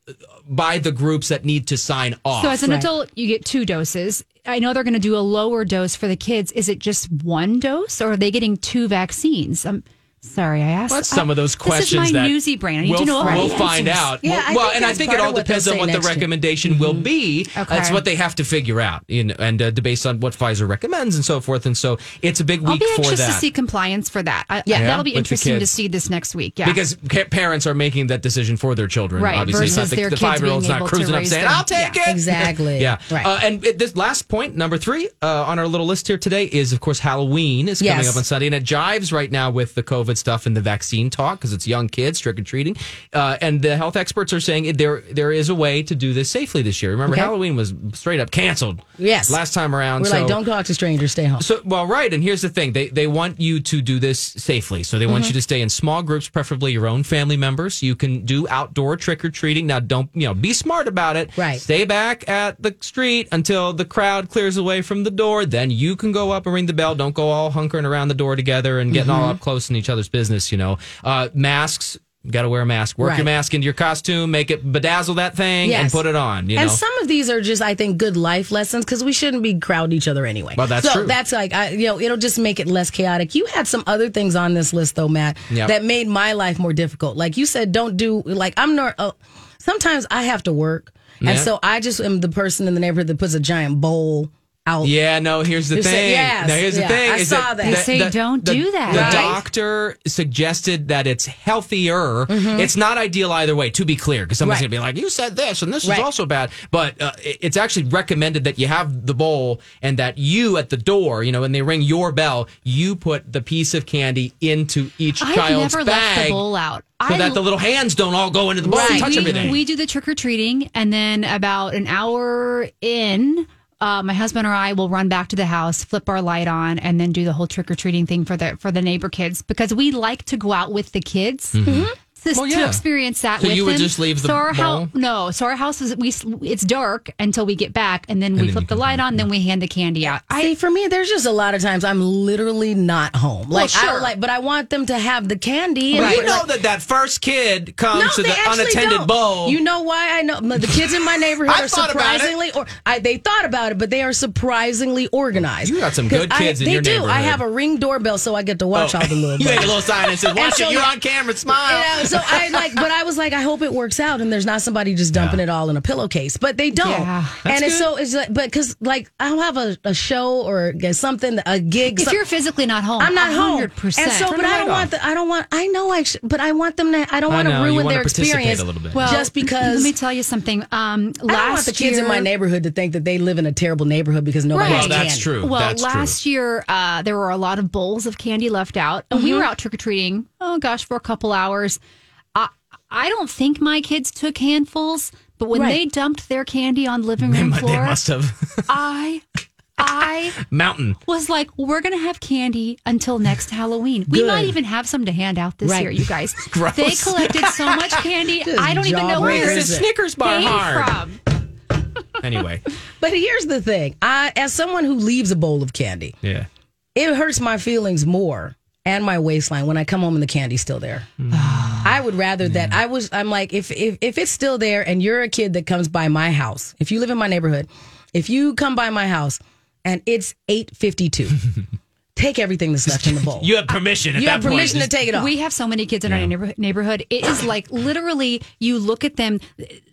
S7: by the groups that need to sign off.
S2: So as an adult, you get two doses. I know they're going to do a lower dose for the kids. Is it just one dose or are they getting two vaccines? I'm sorry, I asked.
S7: Well, that's some of those questions
S2: This is my
S7: that
S2: newsy brain. I need
S7: we'll,
S2: to know all the
S7: We'll
S2: answers.
S7: find out.
S2: Yeah,
S7: well,
S2: I
S7: well,
S2: think
S7: and I
S2: that's
S7: think it
S2: part
S7: all
S2: of what they'll
S7: depends on
S2: say
S7: what the
S2: next year. Mm-hmm.
S7: recommendation will be. That's
S2: Okay.
S7: what they have to figure out, you know, and uh, based on what Pfizer recommends and so forth. And so it's a big
S2: I'll
S7: week
S2: be
S7: for
S2: anxious
S7: that.
S2: to see compliance for that. I,
S7: Yeah.
S2: yeah, that'll be
S7: With the
S2: interesting to
S7: kids.
S2: see this next week. Yeah,
S7: Because ca- parents are making that decision for their children.
S2: Right,
S7: Obviously, It's
S2: versus
S7: not
S2: their
S7: the, the
S2: kids being
S7: five year old's not
S2: able to
S7: cruising up
S2: raise
S7: saying,
S2: them.
S7: I'll take
S2: Yeah.
S7: it.
S1: Exactly.
S7: Yeah.
S1: Right.
S7: Uh, and it, this last point, number three, uh, on our little list here today is, of course, Halloween is coming
S1: Yes.
S7: up on Sunday, and it jives right now with the COVID stuff and the vaccine talk because it's young kids trick or treating. Uh, and the health experts are saying it- there there is a way to do this safely this year. Remember,
S1: Okay.
S7: Halloween was straight up canceled.
S1: Yes.
S7: Last time around.
S1: We're
S7: so,
S1: like, don't talk to strangers, stay home.
S7: so, well, right. And here's the thing they, they want you to do this safely. So, they want
S1: Mhm.
S7: you to stay in small groups, preferably your own family members. You can do outdoor trick or treating. Now, don't, you know, be smart about it. Right. Stay back at the street until the crowd clears away from the door. Then you can go up and ring the bell. Don't go all hunkering around the door together and getting all
S1: Mm-hmm.
S11: Mhm.
S7: up close in each other's business, you know. Uh, masks. Got to wear a mask. Work
S1: Right.
S7: your mask into your costume. Make it bedazzle that thing and
S1: Yes.
S7: put it on. You
S1: and
S7: know,
S1: some of these are just, I think, good life lessons because we shouldn't be crowding each other anyway.
S7: Well, that's
S1: so
S7: true.
S1: that's like, I, you know, it'll just make it less chaotic. You had some other things on this list though, Matt,
S11: Yep.
S1: that made my life more difficult. Like you said, don't do like I'm not. Uh, sometimes I have to work,
S7: Yeah.
S1: and so I just am the person in the neighborhood that puts a giant bowl out.
S7: Yeah, no, here's the
S1: You
S7: thing.
S1: said- yes,
S7: now, here's
S1: yeah,
S7: the thing.
S1: I
S7: is
S1: saw that. They say don't
S7: the-
S1: do that,
S7: The
S1: right?
S7: doctor suggested that it's healthier.
S1: Mm-hmm.
S11: Mhm.
S7: It's not ideal either way, to be clear, because someone's
S11: Right.
S7: going to be like, you said this, and this
S11: Right.
S7: is also bad. But uh, it- it's actually recommended that you have the bowl and that you at the door, you know, when they ring your bell, you put the piece of candy into each
S2: I've
S7: child's
S2: never
S7: bag.
S2: left the bowl out.
S7: So
S2: I
S7: that the little hands don't all go into the bowl and touch
S2: we,
S7: everything.
S2: we do the trick or treating, and then about an hour in, uh, my husband or I will run back to the house, flip our light on, and then do the whole trick or treating thing for the for the neighbor kids because we like to go out with the kids.
S7: Mhm.
S1: Mm-hmm.
S2: To,
S7: Well,
S2: to
S7: yeah.
S2: experience that
S7: So
S2: with
S7: you would
S2: them.
S7: just leave the
S2: so our
S7: bowl?
S2: house no so our house is we s- it's dark until we get back and then we
S1: then
S2: flip the light on then we hand the candy out
S1: I, See, for me, there's just a lot of times I'm literally not home.
S2: Well,
S1: Like, I
S2: sure.
S1: don't like, but I want them to have the candy. and
S7: Well, you
S1: like-
S7: know that that first kid comes to
S1: they
S7: the
S1: actually
S7: unattended
S1: don't.
S7: bowl.
S1: You know why I know the kids in my neighborhood
S7: I
S1: are
S7: thought about it.
S1: surprisingly, or I, they thought about it, but they are surprisingly organized.
S7: You got some
S1: 'Cause
S7: good
S1: I-
S7: kids in
S1: they
S7: your
S1: do. I
S7: neighborhood.
S1: have a ring doorbell, so I get to watch
S7: Oh.
S1: all the little.
S7: You
S1: bugs.
S7: had a little sign that says,
S1: And
S7: "Watch
S1: so,
S7: it, you're
S1: yeah.
S7: on camera, smile."
S1: You know, so I like, but I was like, I hope it works out, and there's not somebody just dumping it all in a pillowcase, but they don't.
S2: Yeah.
S1: and
S2: That's
S1: it's so it's like, but because like I'll have a, a show or something, a gig.
S2: If
S1: some-
S2: you're physically not home,
S1: I'm not home.
S2: 100%.
S1: And so,
S2: Turn
S1: but
S2: the
S1: I
S2: light
S1: don't
S2: off.
S1: want the, I don't want, I know I should, but I want them to, I don't
S2: I
S1: want to
S2: know, you
S1: ruin
S2: wanna
S1: their
S2: participate a
S1: experience.
S2: little bit.
S1: just because.
S2: let me tell you something um last
S1: I don't want the kids
S2: year,
S1: in my neighborhood to think that they live in a terrible neighborhood because nobody
S2: Right.
S1: has candy.
S2: Well, last year uh, there were a lot of bowls of candy left out, and we
S7: Mm-hmm.
S1: Mhm.
S2: were out trick or treating. Oh gosh, for a couple hours. I I don't think my kids took handfuls, but when
S7: Right.
S2: they dumped their candy on living room
S7: But they
S2: floor,
S7: must have
S2: I I
S7: mountain.
S2: was like, we're gonna have candy until next Halloween. We
S7: Good.
S2: might even have some to hand out this
S7: Right.
S2: year, you guys.
S7: Gross.
S2: They collected so much candy.
S7: Just
S2: I don't even know where
S7: jawbreakers. Where's the Snickers bar
S2: came
S7: hard?
S2: from.
S7: Anyway,
S1: But here's the thing: I, as someone who leaves a bowl of candy,
S7: yeah.
S1: it hurts my feelings more and my waistline when I come home and the candy's still there.
S7: Mm.
S1: I would rather that I was. I'm like, if if if it's still there, and you're a kid that comes by my house, if you live in my neighborhood, if you come by my house and it's eight fifty two, take everything that's left in the bowl.
S7: You have permission at
S1: You
S7: that
S1: have
S7: point.
S1: permission to
S7: Just-
S1: take it off.
S2: We have so many kids in our neighborhood- neighborhood. It is like literally, you look at them.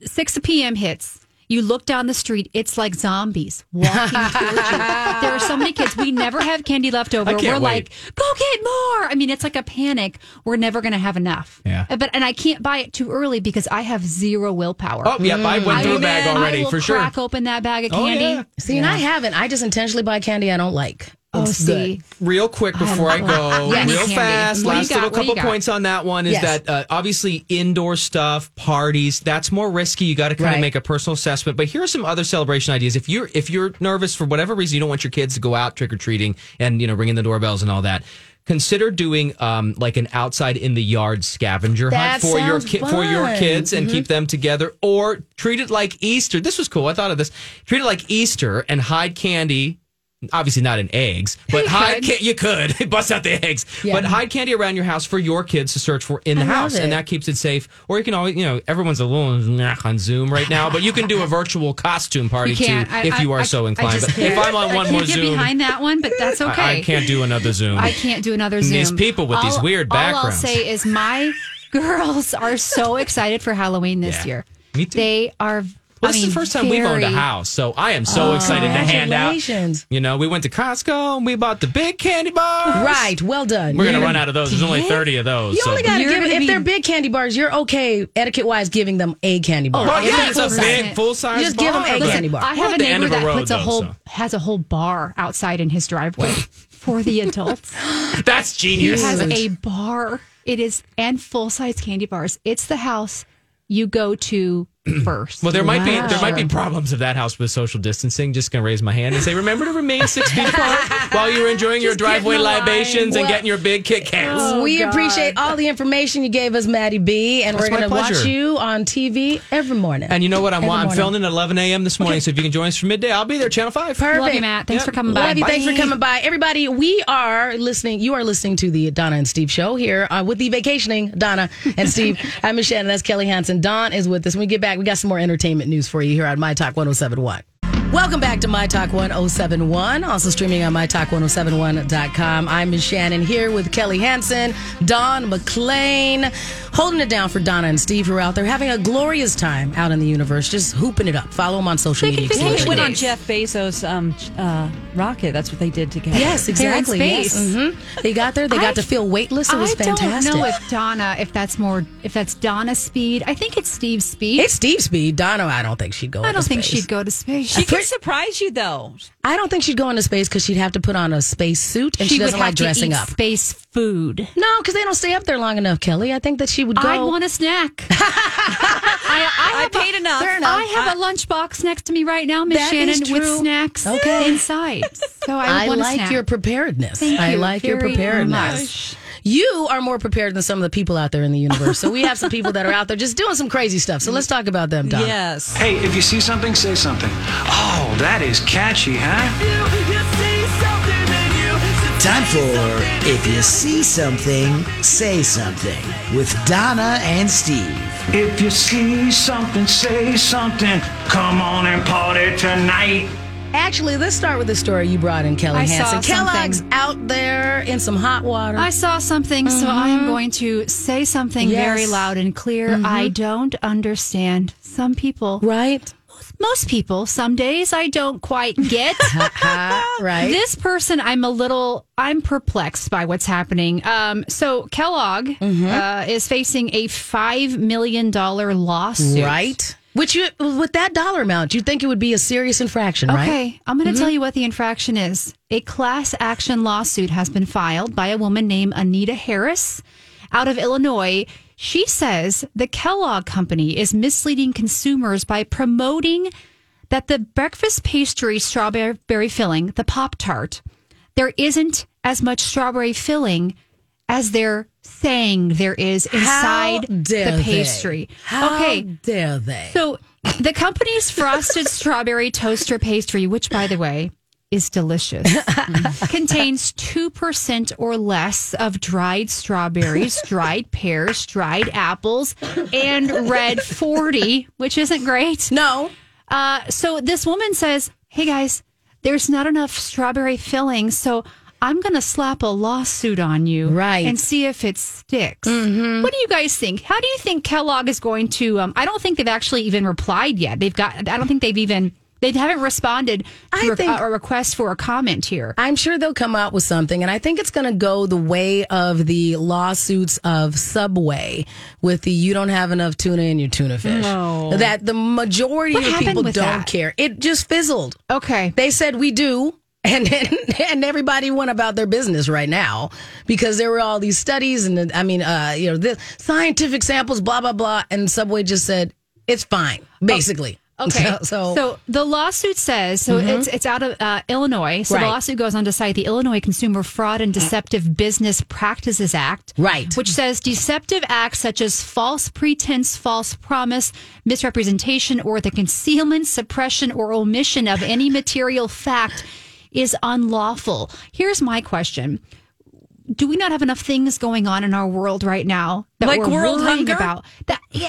S2: Six p.m. hits. You look down the street. It's like zombies walking towards you. There are so many kids. We never have candy left over.
S7: I can't
S2: We're
S7: wait.
S2: like, go get more. I mean, it's like a panic. We're never going to have enough. Uh,
S7: Yeah.
S2: But and I can't buy it too early because I have zero willpower.
S7: Oh, yep. I went through a
S2: will-
S7: bag
S2: I
S7: already
S2: will
S7: for sure.
S2: Crack open that bag of
S7: Oh,
S2: candy.
S7: yeah.
S1: See, and I haven't. I just intentionally buy candy I don't like.
S2: Oh,
S1: It's good.
S2: see.
S7: real quick before I go,
S2: Yes.
S7: real
S2: Candy.
S7: fast,
S2: What do you
S7: last
S2: got?
S7: little
S2: What do you
S7: couple
S2: got?
S7: points on that one is
S1: Yes.
S7: that uh, obviously indoor stuff, parties, that's more risky. You got to kind
S1: Right.
S7: of make a personal assessment. But here are some other celebration ideas. If you're if you're nervous for whatever reason, you don't want your kids to go out trick or treating and you know ringing the doorbells and all that. Consider doing um, like an outside in the yard scavenger
S1: That
S7: hunt for your
S1: sounds
S7: ki- for your
S1: fun.
S7: kids and
S2: Mm-hmm.
S7: keep them together, or treat it like Easter. This was cool. I thought of this. Treat it like Easter and hide candy obviously not in eggs, but hide
S2: could.
S7: ca- you could bust out the eggs, but hide candy around your house for your kids to search for in the
S1: I love
S7: house, and
S1: it.
S7: that keeps it safe. Or you can always, you know, everyone's a little nah, on Zoom right now, but you can do a virtual costume party
S2: You
S7: too
S2: can't. I-
S7: if you
S2: I-
S7: are
S2: I-
S7: so
S2: I
S7: inclined.
S2: just
S7: But if
S2: can't.
S7: I'm on
S2: I
S7: one
S2: can't
S7: more
S2: get
S7: Zoom,
S2: behind that one, but that's okay.
S7: I, I can't do another Zoom.
S2: I can't do another Zoom.
S7: These people with these
S2: All-
S7: weird
S2: All I'll
S7: backgrounds.
S2: say is my girls are so excited for Halloween this
S7: Yeah.
S2: year.
S7: Me too.
S2: They are.
S7: Well,
S2: I
S7: this
S2: mean, Oh,
S7: is the first time we've owned a
S2: very-
S7: house, so I am so excited to hand out.
S1: Congratulations.
S7: You know, we went to Costco and we bought the big candy bars.
S1: Right. Well done.
S7: We're gonna
S1: You're-
S7: run out of those. There's only thirty of those.
S1: You only got to
S2: You're
S1: give
S2: gonna
S1: if
S2: be-
S1: they're big candy bars. You're okay etiquette wise giving them a candy bar.
S7: Well,
S2: Right.
S7: yeah,
S2: Yeah,
S7: it's a
S2: full
S7: big
S2: size.
S7: full size.
S1: Just give 'em
S7: bar,
S1: a
S7: but-
S1: candy bar.
S2: I
S7: We're
S2: have
S7: at
S2: a
S7: the end
S2: neighbor
S7: of a
S2: that
S7: road,
S2: puts a
S7: though,
S2: whole
S7: so.
S2: has a whole bar outside in his driveway for the adults.
S7: That's
S2: He
S7: genius.
S2: has a bar. It is and full size candy bars. It's the house you go to first.
S7: Well, there might be there might be problems of that house with social distancing. Just gonna raise my hand and say, remember to remain six feet apart while you're enjoying your driveway
S2: in the line.
S7: libations and
S1: Well-
S7: getting your big Kit Kats.
S2: Oh,
S1: we appreciate all the information you gave us, Maddie B, and we're
S7: my
S1: going to watch
S7: pleasure.
S1: you on TV every morning.
S7: And you know what? I'm
S1: Every
S7: I'm
S1: morning.
S7: filming at 11 a.m. this morning, so if you can join us for midday, I'll be there. Channel Five.
S1: Perfect.
S2: Love you, Matt. Thanks
S7: Yep.
S2: for coming by.
S1: Love you. Thanks for
S2: Bye.
S1: coming by, everybody. We are listening. You are listening to the Donna and Steve show here uh, with the vacationing Donna and Steve. I'm Miss Shannon. That's Kelly Hansen. Don is with us. When we get back, we got some more entertainment news for you here on My Talk 1071. Welcome back to My Talk 1071, also streaming on MyTalk1071.com. I'm Ms. Shannon here with Kelly Hansen, Don McClain, holding it down for Donna and Steve who are out there having a glorious time out in the universe, just hooping it up. Follow them on social media.
S3: Well,
S1: Keep
S3: they
S1: it
S3: went
S1: up.
S3: on Jeff Bezos' um, uh, rocket. That's what they did together.
S1: Yes, exactly.
S2: They're in
S1: Yes.
S2: space. Mm-hmm.
S1: Mhm. They got there. They got
S2: I-
S1: to feel weightless. It was
S2: I
S1: fantastic.
S2: don't know if Donna, if that's more, if that's Donna's speed. I think it's Steve's speed.
S1: it's Steve's speed. Donna, I don't think she'd go.
S2: I don't
S1: into
S2: think
S1: space.
S2: she'd go to space.
S3: She
S1: Pretty-
S3: could surprise you though.
S1: I don't think she'd go into space because she'd have to put on a space suit, and she, doesn't like dressing
S2: to eat
S1: up.
S2: Space food.
S1: No, because they don't stay up there long enough, Kelly. I think that she would go.
S2: I'd want a snack. I, I
S3: I
S2: have
S3: paid enough.
S1: Fair enough.
S2: I have a lunchbox next to me right now, Miss
S1: That
S2: Shannon,
S1: is
S2: with
S1: true.
S2: snacks
S1: Okay.
S2: inside. So I, would
S1: I
S2: want a
S1: like
S2: snack.
S1: your preparedness.
S2: Thank
S1: I
S2: you
S1: like your
S2: very
S1: preparedness. You are more prepared than some of the people out there in the universe. So we have some people that are out there just doing some crazy stuff. So let's talk about them, Donna.
S3: Yes.
S11: Hey, if you see something, say something. Oh, that is catchy, huh?
S10: Time for If You See Something, Say Something with Donna and Steve.
S11: If you see something, say something. Come on and party tonight.
S1: Actually, let's start with the story you brought in, Kelly
S2: I saw
S1: Hansen.
S2: something.
S1: Kellogg's out there in some hot water.
S2: I saw something, so I am going to say something
S1: Yes.
S2: very loud and clear. I don't understand some people.
S1: right?
S2: Most people, some days I don't quite get.
S1: right?
S2: This person, I'm a little, I'm perplexed by what's happening. Um, so Kellogg
S1: Mm-hmm.
S2: uh, is facing a five million dollar lawsuit.
S1: right? Which you, with that dollar amount, you'd think it would be a serious infraction, right? Mm-hmm.
S2: Okay, I'm going to tell you what the infraction is. A class action lawsuit has been filed by a woman named Anita Harris out of Illinois. She says the Kellogg Company is misleading consumers by promoting that the breakfast pastry strawberry filling, the Pop Tart, there isn't as much strawberry filling as their saying there is inside
S1: dare
S2: the
S1: they?
S2: pastry.
S1: How
S2: okay.
S1: dare they?
S2: So the company's frosted strawberry toaster pastry, which by the way is delicious, contains 2% or less of dried strawberries, dried pears, dried apples, and red 40, which isn't great.
S1: No.
S2: Uh, so this woman says, Hey guys, there's not enough strawberry filling, so I'm going to slap a lawsuit on you
S1: Right. Mm-hmm.
S2: and see if it sticks. What do you guys think? How do you think Kellogg is going to? Um, I don't think they've actually even replied yet. They've got. I don't think they've even. They haven't responded to
S1: I
S2: re- uh,
S1: think-
S2: a request for a comment here.
S1: I'm sure they'll come out with something, and I think it's going to go the way of the lawsuits of Subway with the "you don't have enough tuna in your tuna fish."
S2: No.
S1: That the majority
S2: What
S1: of
S2: happened
S1: people don't
S2: with that?
S1: care. It just fizzled.
S2: Okay.
S1: They said we do. And, and and everybody went about their business right now because there were all these studies and I mean uh, you know the scientific samples blah blah blah and Subway just said it's fine basically
S2: Oh, Okay.
S1: so, so, Mm-hmm.
S2: the lawsuit says so it's it's out of uh, Illinois. So the
S1: Right.
S2: lawsuit goes on to cite the Illinois Consumer Fraud and Deceptive Business Practices Act.
S1: Right.
S2: Which says deceptive acts such as false pretense, false promise, misrepresentation, or the concealment, suppression, or omission of any material fact is unlawful. Here's my question. Do we not have enough things going on in our world right now that
S3: Like
S2: we're
S3: world
S2: worrying
S3: hunger?
S2: about? That
S1: We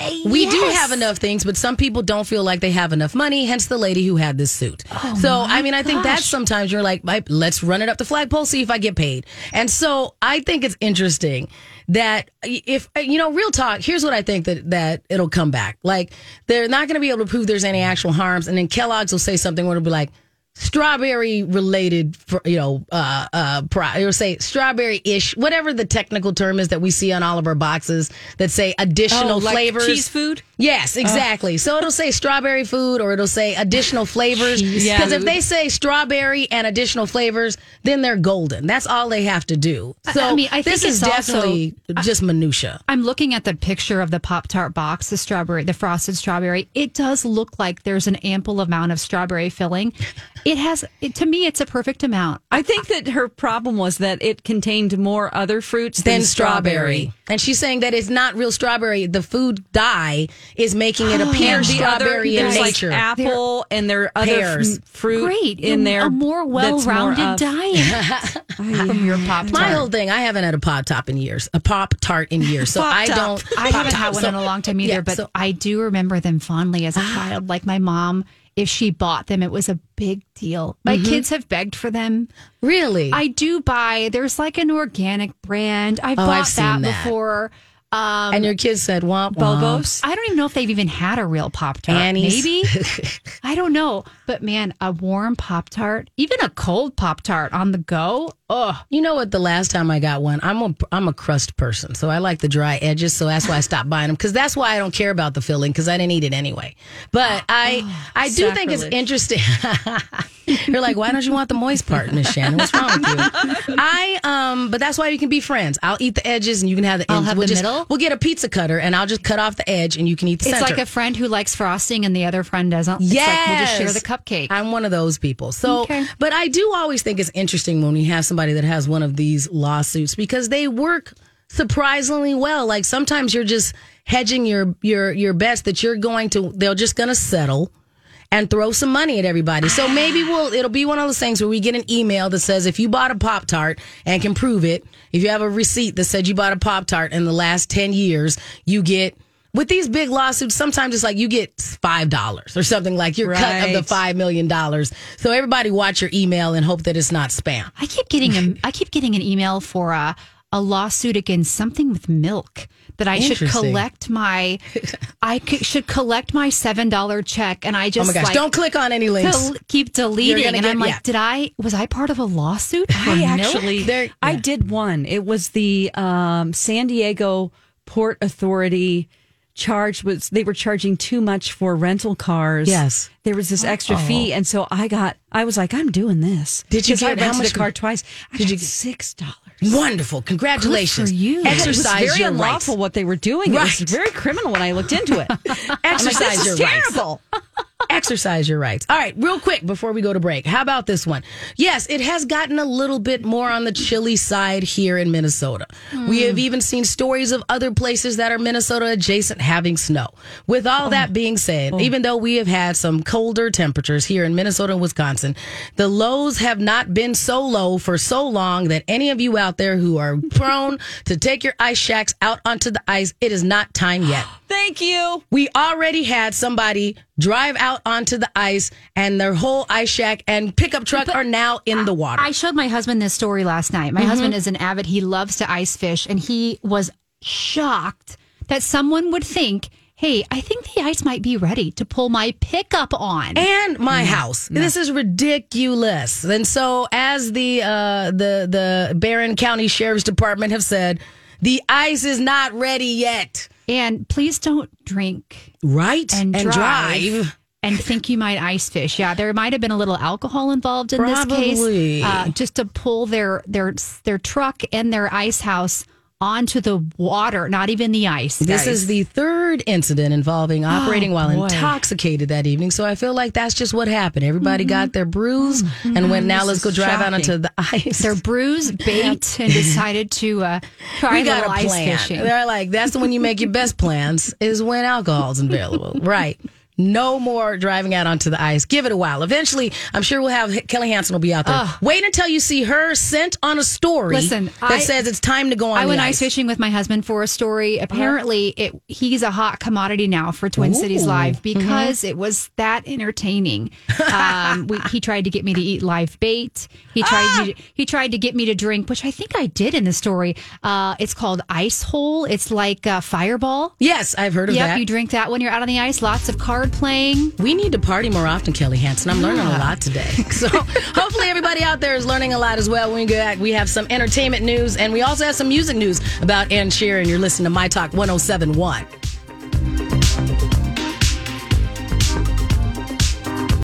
S2: Yes.
S1: do have enough things, but some people don't feel like they have enough money, hence the lady who had this suit. so, I mean, I think
S2: gosh.
S1: that's sometimes you're like, "I- let's run it up the flagpole, see if I get paid. And so I think it's interesting that if, you know, real talk, here's what I think that, that it'll come back. Like, they're not going to be able to prove there's any actual harms. And then Kellogg's will say something where it'll be like, strawberry related you know uh uh pro, or say strawberry ish whatever the technical term is that we see on all of our boxes that say additional
S3: Oh, like
S1: flavors
S3: cheese food?
S1: Yes, exactly. So it'll say strawberry food or it'll say additional flavors. Because
S3: Cheese
S1: if they say strawberry and additional flavors, then they're golden. That's all they have to do. So
S2: I mean, I
S1: this
S2: think
S1: is
S2: it's also-
S1: definitely just minutia.
S2: I'm looking at the picture of the Pop Tart box, the strawberry, the frosted strawberry. It does look like there's an ample amount of strawberry filling. It has, it, to me, it's a perfect amount.
S3: I think that her problem was that it contained more other fruits than,
S1: Then strawberry. And she's saying that it's not real strawberry. The food dye is making it appear
S3: And the other,
S1: strawberry in
S3: there's like
S1: nature.
S3: apple, and there are other
S1: Pears.
S3: f- fruit
S2: Great.
S3: in there.
S2: A more well
S3: that's more
S2: rounded
S3: of-
S2: diet from your Pop
S1: My
S2: Tart.
S1: whole thing, I haven't had a pop top in years, a pop tart in years. So I
S3: Pop-top.
S1: don't.
S2: I haven't
S1: Pop-top.
S2: had one
S1: So-
S2: in a long time either,
S1: yeah,
S2: but
S1: so-
S2: I do remember them fondly as a child. Like my mom, if she bought them, it was a big deal. My kids have begged for them.
S1: really?
S2: I do buy, there's like an organic brand. I've
S1: Oh,
S2: bought
S1: I've seen
S2: that,
S1: that.
S2: before. Um,
S1: and your kids said womp womp.
S3: Bulbos.
S2: I don't even know if they've even had a real Pop Tart.
S1: Annie's.
S2: Maybe. I don't know. But man, a warm Pop Tart, even a cold Pop Tart on the go. Ugh.
S1: You know what? The last time I got one, I'm a I'm a crust person, so I like the dry edges. So that's why I stopped buying them because that's why I don't care about the filling because I didn't eat it anyway. But
S2: Oh,
S1: I I do think it's
S3: sacrilege.
S1: interesting. You're like, why don't you want the moist part, Miss Shannon? What's wrong with you? I um, but that's why you can be friends. I'll eat the edges and you can have the.
S2: I'll
S1: ends.
S2: have
S1: we'll
S2: the
S1: just-
S2: middle?
S1: We'll get a pizza cutter and I'll just cut off the edge and you can eat the
S2: It's
S1: center.
S2: like a friend who likes frosting and the other friend doesn't. It's like we'll just share
S1: Yes.
S2: the cupcake.
S1: I'm one of those people. So,
S2: Okay.
S1: but I do always think it's interesting when we have somebody that has one of these lawsuits because they work surprisingly well. Like sometimes you're just hedging your your your best that you're going to they're just going to settle and throw some money at everybody. So maybe we'll it'll be one of those things where we get an email that says if you bought a pop tart and can prove it, if you have a receipt that said you bought a pop tart in the last 10 years, you get with these big lawsuits, sometimes it's like you get five dollars or something like your cut of the
S3: Right.
S1: five million dollars. So everybody watch your email and hope that it's not spam.
S2: I keep getting a, I keep getting an email for a, a lawsuit against something with milk that I should
S1: Interesting.
S2: collect my I c- should collect my seven dollar check and I
S1: Oh
S2: just
S1: my gosh!
S2: like,
S1: Don't click on any links.
S2: del- keep deleting
S1: You're
S2: and
S1: gonna
S2: I'm
S1: get-
S2: like
S1: yeah.
S2: did I was I part of a lawsuit for
S3: I
S2: milk?
S3: actually,
S1: There-
S3: I
S1: yeah.
S3: did one. It was the um, San Diego Port Authority charged was they were charging too much for rental cars.
S1: Yes. Oh.
S3: there was this extra fee, and so I got. I was like, I'm doing this.
S1: Did you
S3: 'Cause I
S1: get- how
S3: rented
S1: much
S3: a car
S1: did-
S3: twice? I
S1: did
S3: did
S1: you
S3: you
S1: get-
S3: six dollars?
S1: Wonderful! Congratulations.
S2: you. And it was
S1: Exercise
S3: it was very
S1: your rights.
S3: unlawful what they were doing. It
S1: Right.
S3: was very criminal when I looked into it.
S1: Exercise
S3: this
S1: your
S3: is
S1: rights.
S3: terrible.
S1: Exercise your rights. All right, real quick before we go to break. How about this one? Yes, it has gotten a little bit more on the chilly side here in Minnesota. We
S3: Hmm.
S1: have even seen stories of other places that are Minnesota adjacent having snow. With
S3: Oh.
S1: all that being said, even though we have had some colder temperatures here in Minnesota and Wisconsin, the lows have not been so low for so long that any of you out there who are prone to take your ice shacks out onto the ice, it is not time yet.
S3: Thank you.
S1: We already had somebody drive out onto the ice, and their whole ice shack and pickup truck are now in the water.
S2: I showed my husband this story last night. My
S1: Mhm.
S2: husband is an avid, he loves to ice fish, and he was shocked that someone would think, hey, I think the ice might be ready to pull my pickup on.
S1: and my house. This is ridiculous. And so, as the uh, the the Barron County Sheriff's Department have said, the ice is not ready yet.
S2: And please don't drink.
S1: Right.
S2: And,
S1: And
S2: drive.
S1: drive.
S2: And think you might ice fish. Yeah, there might have been a little alcohol involved in this
S1: Probably.
S2: case. Uh, just to pull their their their truck and their ice house onto the water, not even the ice.
S1: This is the third incident involving operating while
S2: Oh, boy.
S1: intoxicated that evening. So I feel like that's just what happened. Everybody
S2: Mm-hmm.
S1: got their bruise and went, now let's go drive out onto the ice.
S2: They're bruised, bait, and decided to uh, try
S1: we got
S2: little
S1: a
S2: ice
S1: plan.
S2: fishing.
S1: They're like, that's when you make your best plans is when alcohol's available. right. No more driving out onto the ice. Give it a while. Eventually, I'm sure we'll have Kelly Hansen will be out there.
S2: Ugh.
S1: Wait until you see her sent on a story
S2: Listen,
S1: that
S2: I-
S1: says it's time to go on
S2: I
S1: the
S2: went
S1: ice. Uh-huh.
S2: ice fishing with my husband for a story. Apparently, it he's a hot commodity now for Twin Cities
S1: Ooh. Mm-hmm.
S2: Live because it was that entertaining. Um, we, he tried to get me to eat live bait. He
S1: Ah!
S2: tried to, he tried to get me to drink, which I think I did in the story. Uh, it's called Ice Hole. It's like uh, Fireball.
S1: Yes, I've heard of
S2: yep,
S1: that.
S2: you drink that when you're out on the ice. Lots of card playing.
S1: We need to party more often, Kelly Hansen. I'm learning a
S2: Yeah.
S1: lot today. So hopefully everybody out there is learning a lot as well. When we get back, we have some oh entertainment news and we also have some music news about Ann Sheeran. You're listening to My Talk 1071.